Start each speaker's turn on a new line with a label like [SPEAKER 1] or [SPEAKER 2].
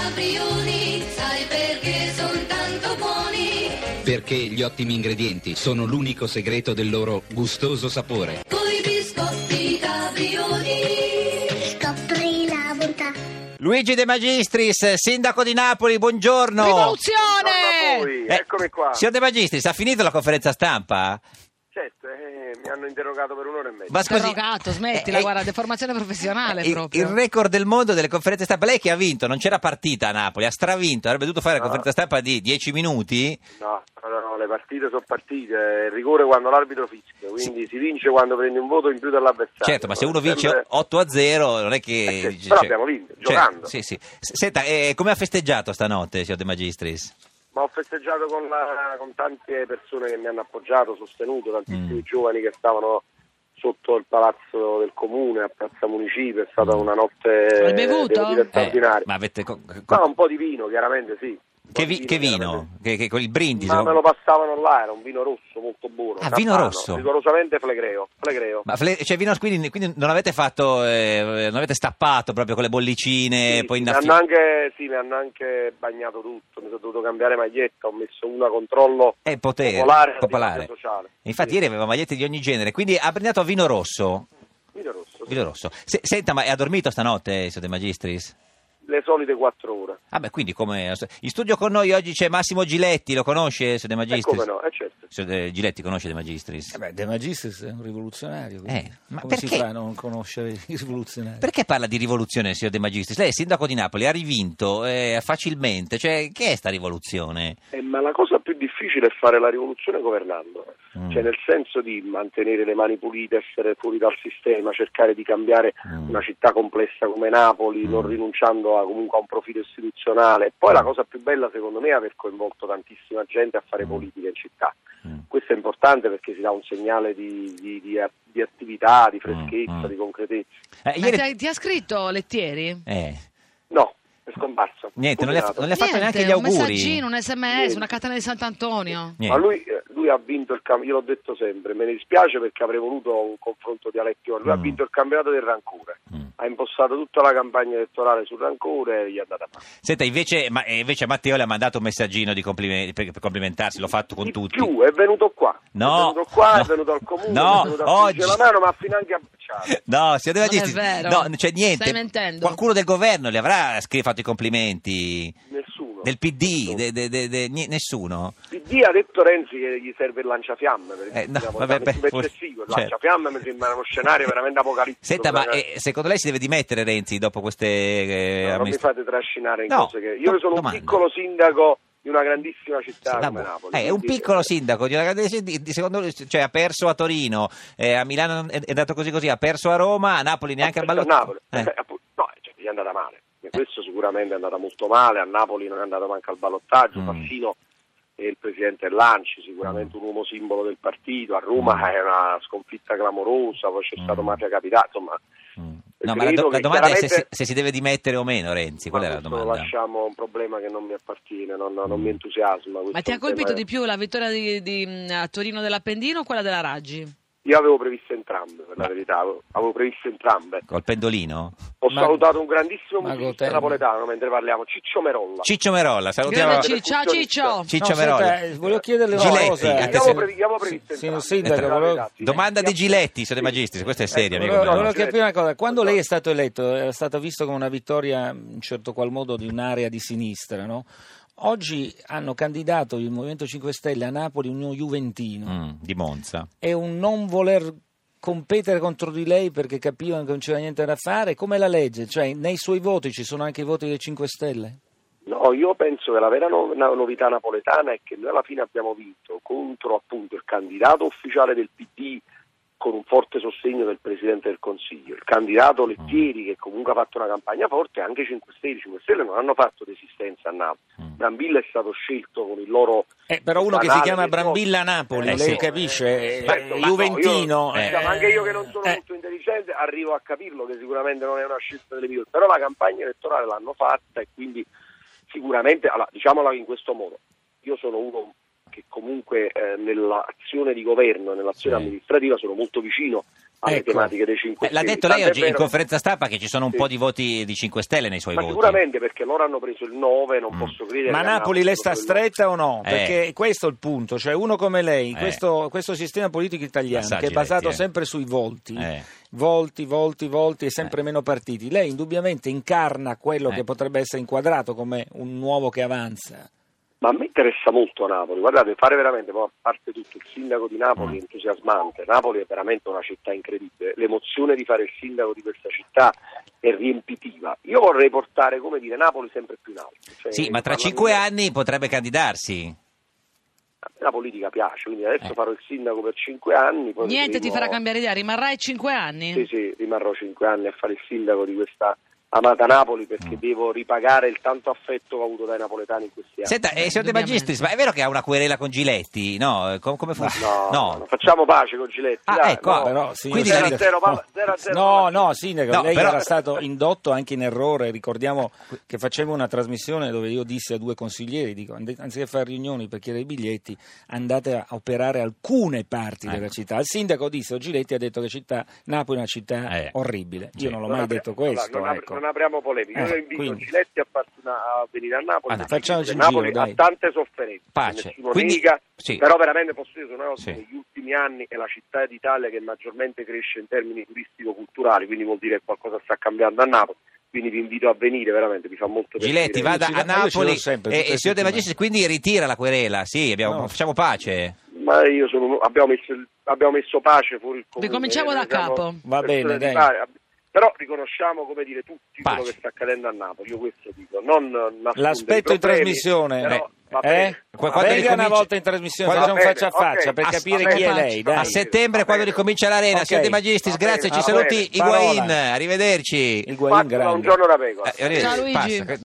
[SPEAKER 1] caprioli, sai perché sono tanto buoni?
[SPEAKER 2] Perché gli ottimi ingredienti sono l'unico segreto del loro gustoso sapore.
[SPEAKER 1] Coi biscotti caprioli.
[SPEAKER 3] Scoprì la bontà.
[SPEAKER 4] Luigi De Magistris, sindaco di Napoli, buongiorno.
[SPEAKER 5] Rivoluzione!
[SPEAKER 6] Torno a voi,
[SPEAKER 4] Eh,
[SPEAKER 6] eccomi qua.
[SPEAKER 4] Signor De Magistris, ha finito la conferenza stampa?
[SPEAKER 6] Certo, eh, mi hanno interrogato per un'ora e mezza.
[SPEAKER 4] Ma scusi-
[SPEAKER 5] Interrogato, smettila, guarda, deformazione professionale
[SPEAKER 4] Eh, il,
[SPEAKER 5] Eh, proprio.
[SPEAKER 4] il record del mondo delle conferenze stampa. Lei che ha vinto, non c'era partita a Napoli, ha stravinto, avrebbe dovuto fare la
[SPEAKER 6] No.
[SPEAKER 4] conferenza stampa di 10 minuti.
[SPEAKER 6] No, no, no, le partite sono partite, è il rigore quando l'arbitro fischia, quindi si vince quando prendi un voto in più dall'avversario.
[SPEAKER 4] Certo, ma se uno vince
[SPEAKER 6] Sempre-
[SPEAKER 4] 8 a 0, non è che.
[SPEAKER 6] Eh, certo,
[SPEAKER 4] cioè-
[SPEAKER 6] però abbiamo vinto, giocando.
[SPEAKER 4] Sì, sì. S- Senta, eh, come ha festeggiato stanotte, signor De Magistris?
[SPEAKER 6] Ma ho festeggiato con, la- con tante persone che mi hanno appoggiato, sostenuto, tantissimi
[SPEAKER 4] Mm.
[SPEAKER 6] giovani che stavano sotto il palazzo del comune, a Piazza Municipio, è stata una notte
[SPEAKER 5] Hai bevuto?
[SPEAKER 6] devo dire,
[SPEAKER 4] Mm. Eh,
[SPEAKER 6] straordinaria.
[SPEAKER 4] ma avete. co- co-
[SPEAKER 6] No, un po' di vino, chiaramente sì. Un po'
[SPEAKER 4] che,
[SPEAKER 6] di
[SPEAKER 4] vi- che
[SPEAKER 6] chiaramente.
[SPEAKER 4] vino? Che, che- con il brindisi?
[SPEAKER 6] Ma
[SPEAKER 4] no?
[SPEAKER 6] me lo passavano là, era un vino rosso molto buono.
[SPEAKER 4] Ah, vino
[SPEAKER 6] campano,
[SPEAKER 4] rosso.
[SPEAKER 6] Rigorosamente flegreo. flegreo.
[SPEAKER 4] Ma fle- cioè, vino, quindi, quindi non avete fatto, eh, non avete stappato proprio con le bollicine,
[SPEAKER 6] Sì,
[SPEAKER 4] eh, poi
[SPEAKER 6] mi
[SPEAKER 4] innaffi-
[SPEAKER 6] hanno anche, sì, mi hanno anche bagnato tutto, mi sono dovuto cambiare maglietta, ho messo una controllo
[SPEAKER 4] Eh, potere,
[SPEAKER 6] popolare,
[SPEAKER 4] popolare.
[SPEAKER 6] antipatia sociale.
[SPEAKER 4] Infatti
[SPEAKER 6] Sì,
[SPEAKER 4] ieri aveva magliette di ogni genere, quindi ha brindato a vino rosso.
[SPEAKER 6] vino rosso, sì.
[SPEAKER 4] Vino rosso. Se- senta, ma ha dormito stanotte, signor De Magistris?
[SPEAKER 6] le solite quattro ore.
[SPEAKER 4] Ah beh, quindi come... In studio con noi oggi c'è Massimo Giletti, lo conosce, signor De
[SPEAKER 6] E
[SPEAKER 4] Magistris?
[SPEAKER 6] come no, eh, certo.
[SPEAKER 4] Signor De- Giletti conosce De Magistris?
[SPEAKER 7] Eh beh, De Magistris è un rivoluzionario, quindi
[SPEAKER 4] Eh, ma
[SPEAKER 7] come si
[SPEAKER 4] perché?
[SPEAKER 7] fa a non conoscere i rivoluzionari?
[SPEAKER 4] Perché parla di rivoluzione, signor De Magistris? Lei è sindaco di Napoli, ha rivinto eh, facilmente, cioè che è sta rivoluzione?
[SPEAKER 6] Eh, ma la cosa più difficile è fare la rivoluzione governando,
[SPEAKER 4] Mm.
[SPEAKER 6] cioè nel senso di mantenere le mani pulite, essere fuori dal sistema, cercare di cambiare
[SPEAKER 4] Mm.
[SPEAKER 6] una città complessa come Napoli,
[SPEAKER 4] Mm.
[SPEAKER 6] non rinunciando a, comunque a un profilo istituzionale. E Poi la cosa più bella secondo me è aver coinvolto tantissima gente a fare
[SPEAKER 4] Mm.
[SPEAKER 6] politica in città.
[SPEAKER 4] Mm.
[SPEAKER 6] Questo è importante perché si dà un segnale di, di- di a- di attività, di freschezza,
[SPEAKER 4] Mm.
[SPEAKER 6] di concretezza.
[SPEAKER 4] Eh,
[SPEAKER 5] Ma ti, ha, ti ha scritto Lettieri?
[SPEAKER 4] Eh,
[SPEAKER 6] No, è scomparso.
[SPEAKER 4] niente, non le ha,
[SPEAKER 6] fulminato.
[SPEAKER 4] non le ha fatto
[SPEAKER 5] Niente,
[SPEAKER 4] neanche gli
[SPEAKER 5] Un
[SPEAKER 4] auguri.
[SPEAKER 5] messaggino, un sms,
[SPEAKER 6] Niente.
[SPEAKER 5] una catena di Sant'Antonio.
[SPEAKER 4] Niente.
[SPEAKER 6] Ma lui, eh, lui ha vinto il campionato, io l'ho detto sempre, me ne dispiace perché avrei voluto un confronto dialettico, lui ha
[SPEAKER 4] Mm.
[SPEAKER 6] vinto il campionato del rancore,
[SPEAKER 4] Mm.
[SPEAKER 6] ha impostato tutta la campagna elettorale sul rancore e gli è andata male.
[SPEAKER 4] Senta, invece, ma, eh, invece Matteo le ha mandato un messaggino di complimenti, per, per complimentarsi, l'ho fatto con
[SPEAKER 6] Di
[SPEAKER 4] tutti.
[SPEAKER 6] più, è venuto qua,
[SPEAKER 4] No,
[SPEAKER 6] è venuto qua,
[SPEAKER 4] no,
[SPEAKER 6] è venuto al
[SPEAKER 4] no,
[SPEAKER 6] comune, è venuto a stringere
[SPEAKER 4] oggi.
[SPEAKER 6] la mano, ma fino anche a baciare.
[SPEAKER 4] No, si deve
[SPEAKER 5] Non è vero.
[SPEAKER 4] No, non c'è niente.
[SPEAKER 5] Stai mentendo.
[SPEAKER 4] Qualcuno del governo le avrà scri- fatto i complimenti.
[SPEAKER 6] Nessuno.
[SPEAKER 4] Del PD,
[SPEAKER 6] Nessuno.
[SPEAKER 4] de- de- de- de- ni- nessuno.
[SPEAKER 6] PD ha detto Renzi che gli serve il lanciafiamme, per
[SPEAKER 4] Eh,
[SPEAKER 6] il
[SPEAKER 4] no, vabbè, beh, forse-
[SPEAKER 6] il
[SPEAKER 4] certo.
[SPEAKER 6] lanciafiamme mi sembra uno scenario veramente apocalittico. cioè,
[SPEAKER 4] Senta, ma
[SPEAKER 6] veramente.
[SPEAKER 4] eh, secondo lei si deve dimettere Renzi dopo queste eh,
[SPEAKER 6] No, non mi
[SPEAKER 4] amministra-
[SPEAKER 6] fate trascinare in
[SPEAKER 4] No,
[SPEAKER 6] cose che... Io
[SPEAKER 4] do-
[SPEAKER 6] sono
[SPEAKER 4] domanda.
[SPEAKER 6] un piccolo sindaco di una grandissima città
[SPEAKER 4] La
[SPEAKER 6] come
[SPEAKER 4] bu-
[SPEAKER 6] Napoli.
[SPEAKER 4] Eh, un
[SPEAKER 6] quindi-
[SPEAKER 4] piccolo sindaco di una grande citt- di- di- secondo lui, cioè, ha perso a Torino, eh, a Milano è, è andato così così, ha perso a Roma, a Eh. Napoli neanche al
[SPEAKER 6] Aspetta,
[SPEAKER 4] ballottaggio.
[SPEAKER 6] Napoli. Eh, appunto, no, cioè, gli è andata male. E Questo sicuramente è andata molto male. A Napoli non è andato manco al ballottaggio.
[SPEAKER 4] Mm.
[SPEAKER 6] Fassino è il presidente Lanci, sicuramente un uomo simbolo del partito. A Roma
[SPEAKER 4] Mm.
[SPEAKER 6] è una sconfitta clamorosa. Poi c'è stato
[SPEAKER 4] Mm.
[SPEAKER 6] Mafia Capitale. Insomma, eh,
[SPEAKER 4] Mm. No, ma la,
[SPEAKER 6] credo
[SPEAKER 4] do- la
[SPEAKER 6] che
[SPEAKER 4] domanda è se,
[SPEAKER 6] chiaramente-
[SPEAKER 4] si- se si deve dimettere o meno Renzi, quella
[SPEAKER 6] ma
[SPEAKER 4] era la
[SPEAKER 6] questo lo
[SPEAKER 4] domanda.
[SPEAKER 6] lasciamo un problema che non mi appartiene, non, non
[SPEAKER 4] Mm.
[SPEAKER 6] mi entusiasma.
[SPEAKER 5] Ma ti ha colpito di più la vittoria di, di, mh, a Torino dell'Appendino o quella della Raggi?
[SPEAKER 6] Io avevo previsto entrambe, per la verità. Avevo avevo previsto entrambe.
[SPEAKER 4] Col pendolino?
[SPEAKER 6] Ho
[SPEAKER 7] Ma-
[SPEAKER 6] salutato un grandissimo
[SPEAKER 7] Mago
[SPEAKER 6] musicista
[SPEAKER 7] Terni.
[SPEAKER 6] napoletano mentre parliamo, Ciccio Merolla.
[SPEAKER 4] Ciccio Merolla, salutiamo
[SPEAKER 5] Grande
[SPEAKER 6] Ci-
[SPEAKER 5] Ciccio, ciao Ciccio!
[SPEAKER 4] Ciccio
[SPEAKER 7] No,
[SPEAKER 4] Merolla.
[SPEAKER 7] senta, eh, volevo chiederle una
[SPEAKER 4] Giletti,
[SPEAKER 7] cosa.
[SPEAKER 4] anche
[SPEAKER 6] Abbiamo
[SPEAKER 4] se-
[SPEAKER 6] previ- abbiamo previsto
[SPEAKER 7] Sì, Signor
[SPEAKER 6] entrambi.
[SPEAKER 7] Sindaco,
[SPEAKER 6] Eh,
[SPEAKER 7] volevo, Ecco,
[SPEAKER 6] ragazzi,
[SPEAKER 4] eh. Domanda di
[SPEAKER 6] sì.
[SPEAKER 4] Giletti, signor De
[SPEAKER 6] Sì.
[SPEAKER 4] Magistris, questa è seria, amico
[SPEAKER 7] volevo-
[SPEAKER 4] mio.
[SPEAKER 7] volevo capire una cosa. Quando lei è
[SPEAKER 6] Esatto.
[SPEAKER 7] stato eletto, era stata vista come una vittoria, in certo qual modo, di un'area di sinistra, no? Oggi hanno candidato il Movimento 5 Stelle a Napoli uno Juventino.
[SPEAKER 4] Mm, di Monza.
[SPEAKER 7] È un non voler competere contro di lei perché capivano che non c'era niente da fare. Come la legge? Cioè, nei suoi voti ci sono anche i voti dei 5 Stelle?
[SPEAKER 6] No, io penso che la vera no- no- novità napoletana è che noi alla fine abbiamo vinto contro appunto il candidato ufficiale del PD con un forte sostegno del Presidente del Consiglio, il candidato
[SPEAKER 4] Mm.
[SPEAKER 6] Lettieri che comunque ha fatto una campagna forte, anche i 5 Stelle, i 5 Stelle non hanno fatto resistenza a Napoli.
[SPEAKER 4] Mm.
[SPEAKER 6] Brambilla è stato scelto con il loro
[SPEAKER 7] Eh, però uno che si
[SPEAKER 6] Banale,
[SPEAKER 7] chiama
[SPEAKER 6] che
[SPEAKER 7] Brambilla
[SPEAKER 6] no.
[SPEAKER 7] Napoli,
[SPEAKER 4] Eh,
[SPEAKER 7] lei
[SPEAKER 4] sì.
[SPEAKER 7] capisce, eh,
[SPEAKER 6] Certo, ma
[SPEAKER 7] Juventino.
[SPEAKER 6] no, io-
[SPEAKER 7] eh.
[SPEAKER 6] diciamo, anche io che non sono
[SPEAKER 7] Eh,
[SPEAKER 6] molto intelligente arrivo a capirlo che sicuramente non è una scelta delle migliori, però la campagna elettorale l'hanno fatta e quindi sicuramente, allora, diciamola in questo modo, io sono uno che comunque eh, nell'azione di governo, nell'azione
[SPEAKER 7] Sì.
[SPEAKER 6] amministrativa sono molto vicino alle
[SPEAKER 7] Ecco.
[SPEAKER 6] tematiche dei 5
[SPEAKER 4] Eh, l'ha
[SPEAKER 6] Stelle.
[SPEAKER 4] detto lei
[SPEAKER 6] Tant'è
[SPEAKER 4] oggi in
[SPEAKER 6] vero-
[SPEAKER 4] conferenza stampa che ci sono un
[SPEAKER 6] Sì.
[SPEAKER 4] po' di voti di 5 Stelle nei suoi
[SPEAKER 6] Ma
[SPEAKER 4] voti.
[SPEAKER 6] sicuramente perché loro hanno preso il 9, non
[SPEAKER 4] Mm.
[SPEAKER 6] posso credere.
[SPEAKER 7] Ma
[SPEAKER 6] che a
[SPEAKER 7] Napoli lei sta
[SPEAKER 6] proprio il nove.
[SPEAKER 7] stretta o no?
[SPEAKER 4] Eh.
[SPEAKER 7] Perché questo è il punto, cioè uno come lei,
[SPEAKER 4] Eh.
[SPEAKER 7] questo, questo sistema politico italiano
[SPEAKER 4] Passaggi
[SPEAKER 7] che è basato
[SPEAKER 4] letti, eh.
[SPEAKER 7] sempre sui volti,
[SPEAKER 4] Eh.
[SPEAKER 7] volti, volti, volti e sempre meno partiti, lei indubbiamente incarna quello
[SPEAKER 4] Eh.
[SPEAKER 7] che potrebbe essere inquadrato come un nuovo che avanza.
[SPEAKER 6] Ma a me interessa molto Napoli, guardate, fare veramente, poi a parte tutto, il sindaco di Napoli è
[SPEAKER 4] Mm.
[SPEAKER 6] entusiasmante, Napoli è veramente una città incredibile, l'emozione di fare il sindaco di questa città è riempitiva. Io vorrei portare, come dire, Napoli sempre più in alto. Cioè,
[SPEAKER 4] Sì, ma tra
[SPEAKER 6] parlando-
[SPEAKER 4] 5 anni potrebbe candidarsi.
[SPEAKER 6] A me La politica piace, quindi adesso
[SPEAKER 4] Eh.
[SPEAKER 6] farò il sindaco per 5 anni. poi
[SPEAKER 5] Niente ti
[SPEAKER 6] vedremo-
[SPEAKER 5] farà cambiare idea, rimarrai cinque anni?
[SPEAKER 6] Sì, sì, rimarrò 5 anni a fare il sindaco di questa amata Napoli
[SPEAKER 4] Mm.
[SPEAKER 6] perché devo ripagare il tanto affetto avuto dai napoletani in questi anni.
[SPEAKER 4] Senta, eh, signor De
[SPEAKER 5] indubbiamente.
[SPEAKER 4] Magistris, ma è vero che ha una querela con Giletti? No, eh, com- come fu?
[SPEAKER 6] No, no, facciamo pace con Giletti.
[SPEAKER 4] Ah,
[SPEAKER 6] dai,
[SPEAKER 4] ecco,
[SPEAKER 6] no.
[SPEAKER 7] Però, signor
[SPEAKER 4] Quindi
[SPEAKER 7] Sindaco-
[SPEAKER 4] la-
[SPEAKER 6] Zero a zero, palla- zero a zero,
[SPEAKER 7] no,
[SPEAKER 6] palla-
[SPEAKER 7] no, Sindaco,
[SPEAKER 4] No,
[SPEAKER 7] lei
[SPEAKER 4] però-
[SPEAKER 7] era stato indotto anche in errore. Ricordiamo che facemmo una trasmissione dove io dissi a due consiglieri: dico, "Ande- anziché fare riunioni per chiedere i biglietti, andate a operare alcune parti della
[SPEAKER 4] Ecco.
[SPEAKER 7] città. Il sindaco disse: "Oh, Giletti ha detto che città, Napoli è una città
[SPEAKER 4] Eh.
[SPEAKER 7] orribile. Io
[SPEAKER 4] Sì.
[SPEAKER 7] non l'ho
[SPEAKER 6] Non
[SPEAKER 7] mai
[SPEAKER 6] apri-
[SPEAKER 7] detto
[SPEAKER 6] allora,
[SPEAKER 7] questo.
[SPEAKER 6] non, apri-
[SPEAKER 7] ecco.
[SPEAKER 6] non apriamo polemiche. Io
[SPEAKER 7] Eh,
[SPEAKER 6] invito
[SPEAKER 7] quindi-
[SPEAKER 6] Giletti a, farsi una- a venire a Napoli.
[SPEAKER 4] Ah, no,
[SPEAKER 7] facciamoci un
[SPEAKER 6] Napoli
[SPEAKER 7] giro, dai.
[SPEAKER 6] ha tante sofferenze.
[SPEAKER 4] Pace.
[SPEAKER 6] nessuno
[SPEAKER 4] Quindi-
[SPEAKER 6] nega,
[SPEAKER 4] sì.
[SPEAKER 6] Però veramente posso dire sono una cosa,
[SPEAKER 4] Sì.
[SPEAKER 6] negli ultimi anni è la città d'Italia che maggiormente cresce in termini turistico-culturali, quindi vuol dire che qualcosa sta cambiando a Napoli. Quindi vi invito a venire, veramente mi fa molto piacere.
[SPEAKER 4] Giletti vada
[SPEAKER 7] ci
[SPEAKER 4] a
[SPEAKER 7] va- ma io ci vado
[SPEAKER 4] Napoli
[SPEAKER 7] sempre,
[SPEAKER 4] e,
[SPEAKER 7] tutte
[SPEAKER 4] e signor
[SPEAKER 7] le
[SPEAKER 4] De
[SPEAKER 7] settimane.
[SPEAKER 4] Magistris quindi ritira la querela, sì, abbiamo-
[SPEAKER 7] No.
[SPEAKER 4] facciamo pace.
[SPEAKER 6] Ma io sono, abbiamo, messo, il- abbiamo messo pace fuori il comune. diciamo.
[SPEAKER 5] Ricominciamo da
[SPEAKER 6] siamo
[SPEAKER 5] capo.
[SPEAKER 7] Va
[SPEAKER 6] persone di
[SPEAKER 7] bene, dai.
[SPEAKER 6] pari. Però riconosciamo, come dire, tutti
[SPEAKER 4] Pace.
[SPEAKER 6] quello che sta accadendo a Napoli. Io questo dico. Non nascondere
[SPEAKER 7] L'aspetto
[SPEAKER 6] i
[SPEAKER 7] in
[SPEAKER 6] problemi,
[SPEAKER 7] trasmissione.
[SPEAKER 6] però
[SPEAKER 7] eh.
[SPEAKER 6] va bene.
[SPEAKER 7] Eh?
[SPEAKER 4] Qua-
[SPEAKER 6] Va
[SPEAKER 4] quando
[SPEAKER 6] bene.
[SPEAKER 7] Venga una
[SPEAKER 4] ricominci-
[SPEAKER 7] volta in trasmissione,
[SPEAKER 4] Quando-
[SPEAKER 7] facciamo faccia a
[SPEAKER 6] Va bene,
[SPEAKER 7] faccia per
[SPEAKER 6] ok.
[SPEAKER 7] capire
[SPEAKER 6] Va
[SPEAKER 7] chi è
[SPEAKER 6] bene.
[SPEAKER 7] lei.
[SPEAKER 6] Va
[SPEAKER 4] A
[SPEAKER 7] Dai.
[SPEAKER 6] bene.
[SPEAKER 4] settembre quando ricomincia l'arena,
[SPEAKER 7] Ok.
[SPEAKER 4] signor De Magistris,
[SPEAKER 6] Va bene,
[SPEAKER 4] grazie, ci
[SPEAKER 6] va
[SPEAKER 4] saluti
[SPEAKER 6] bene.
[SPEAKER 4] Higuain,
[SPEAKER 7] Parola.
[SPEAKER 4] arrivederci.
[SPEAKER 7] Il
[SPEAKER 6] Fatela
[SPEAKER 7] Guain grande.
[SPEAKER 6] un giorno da pecora.
[SPEAKER 4] Eh, arrivederci,
[SPEAKER 5] Ciao, Luigi.
[SPEAKER 4] passa.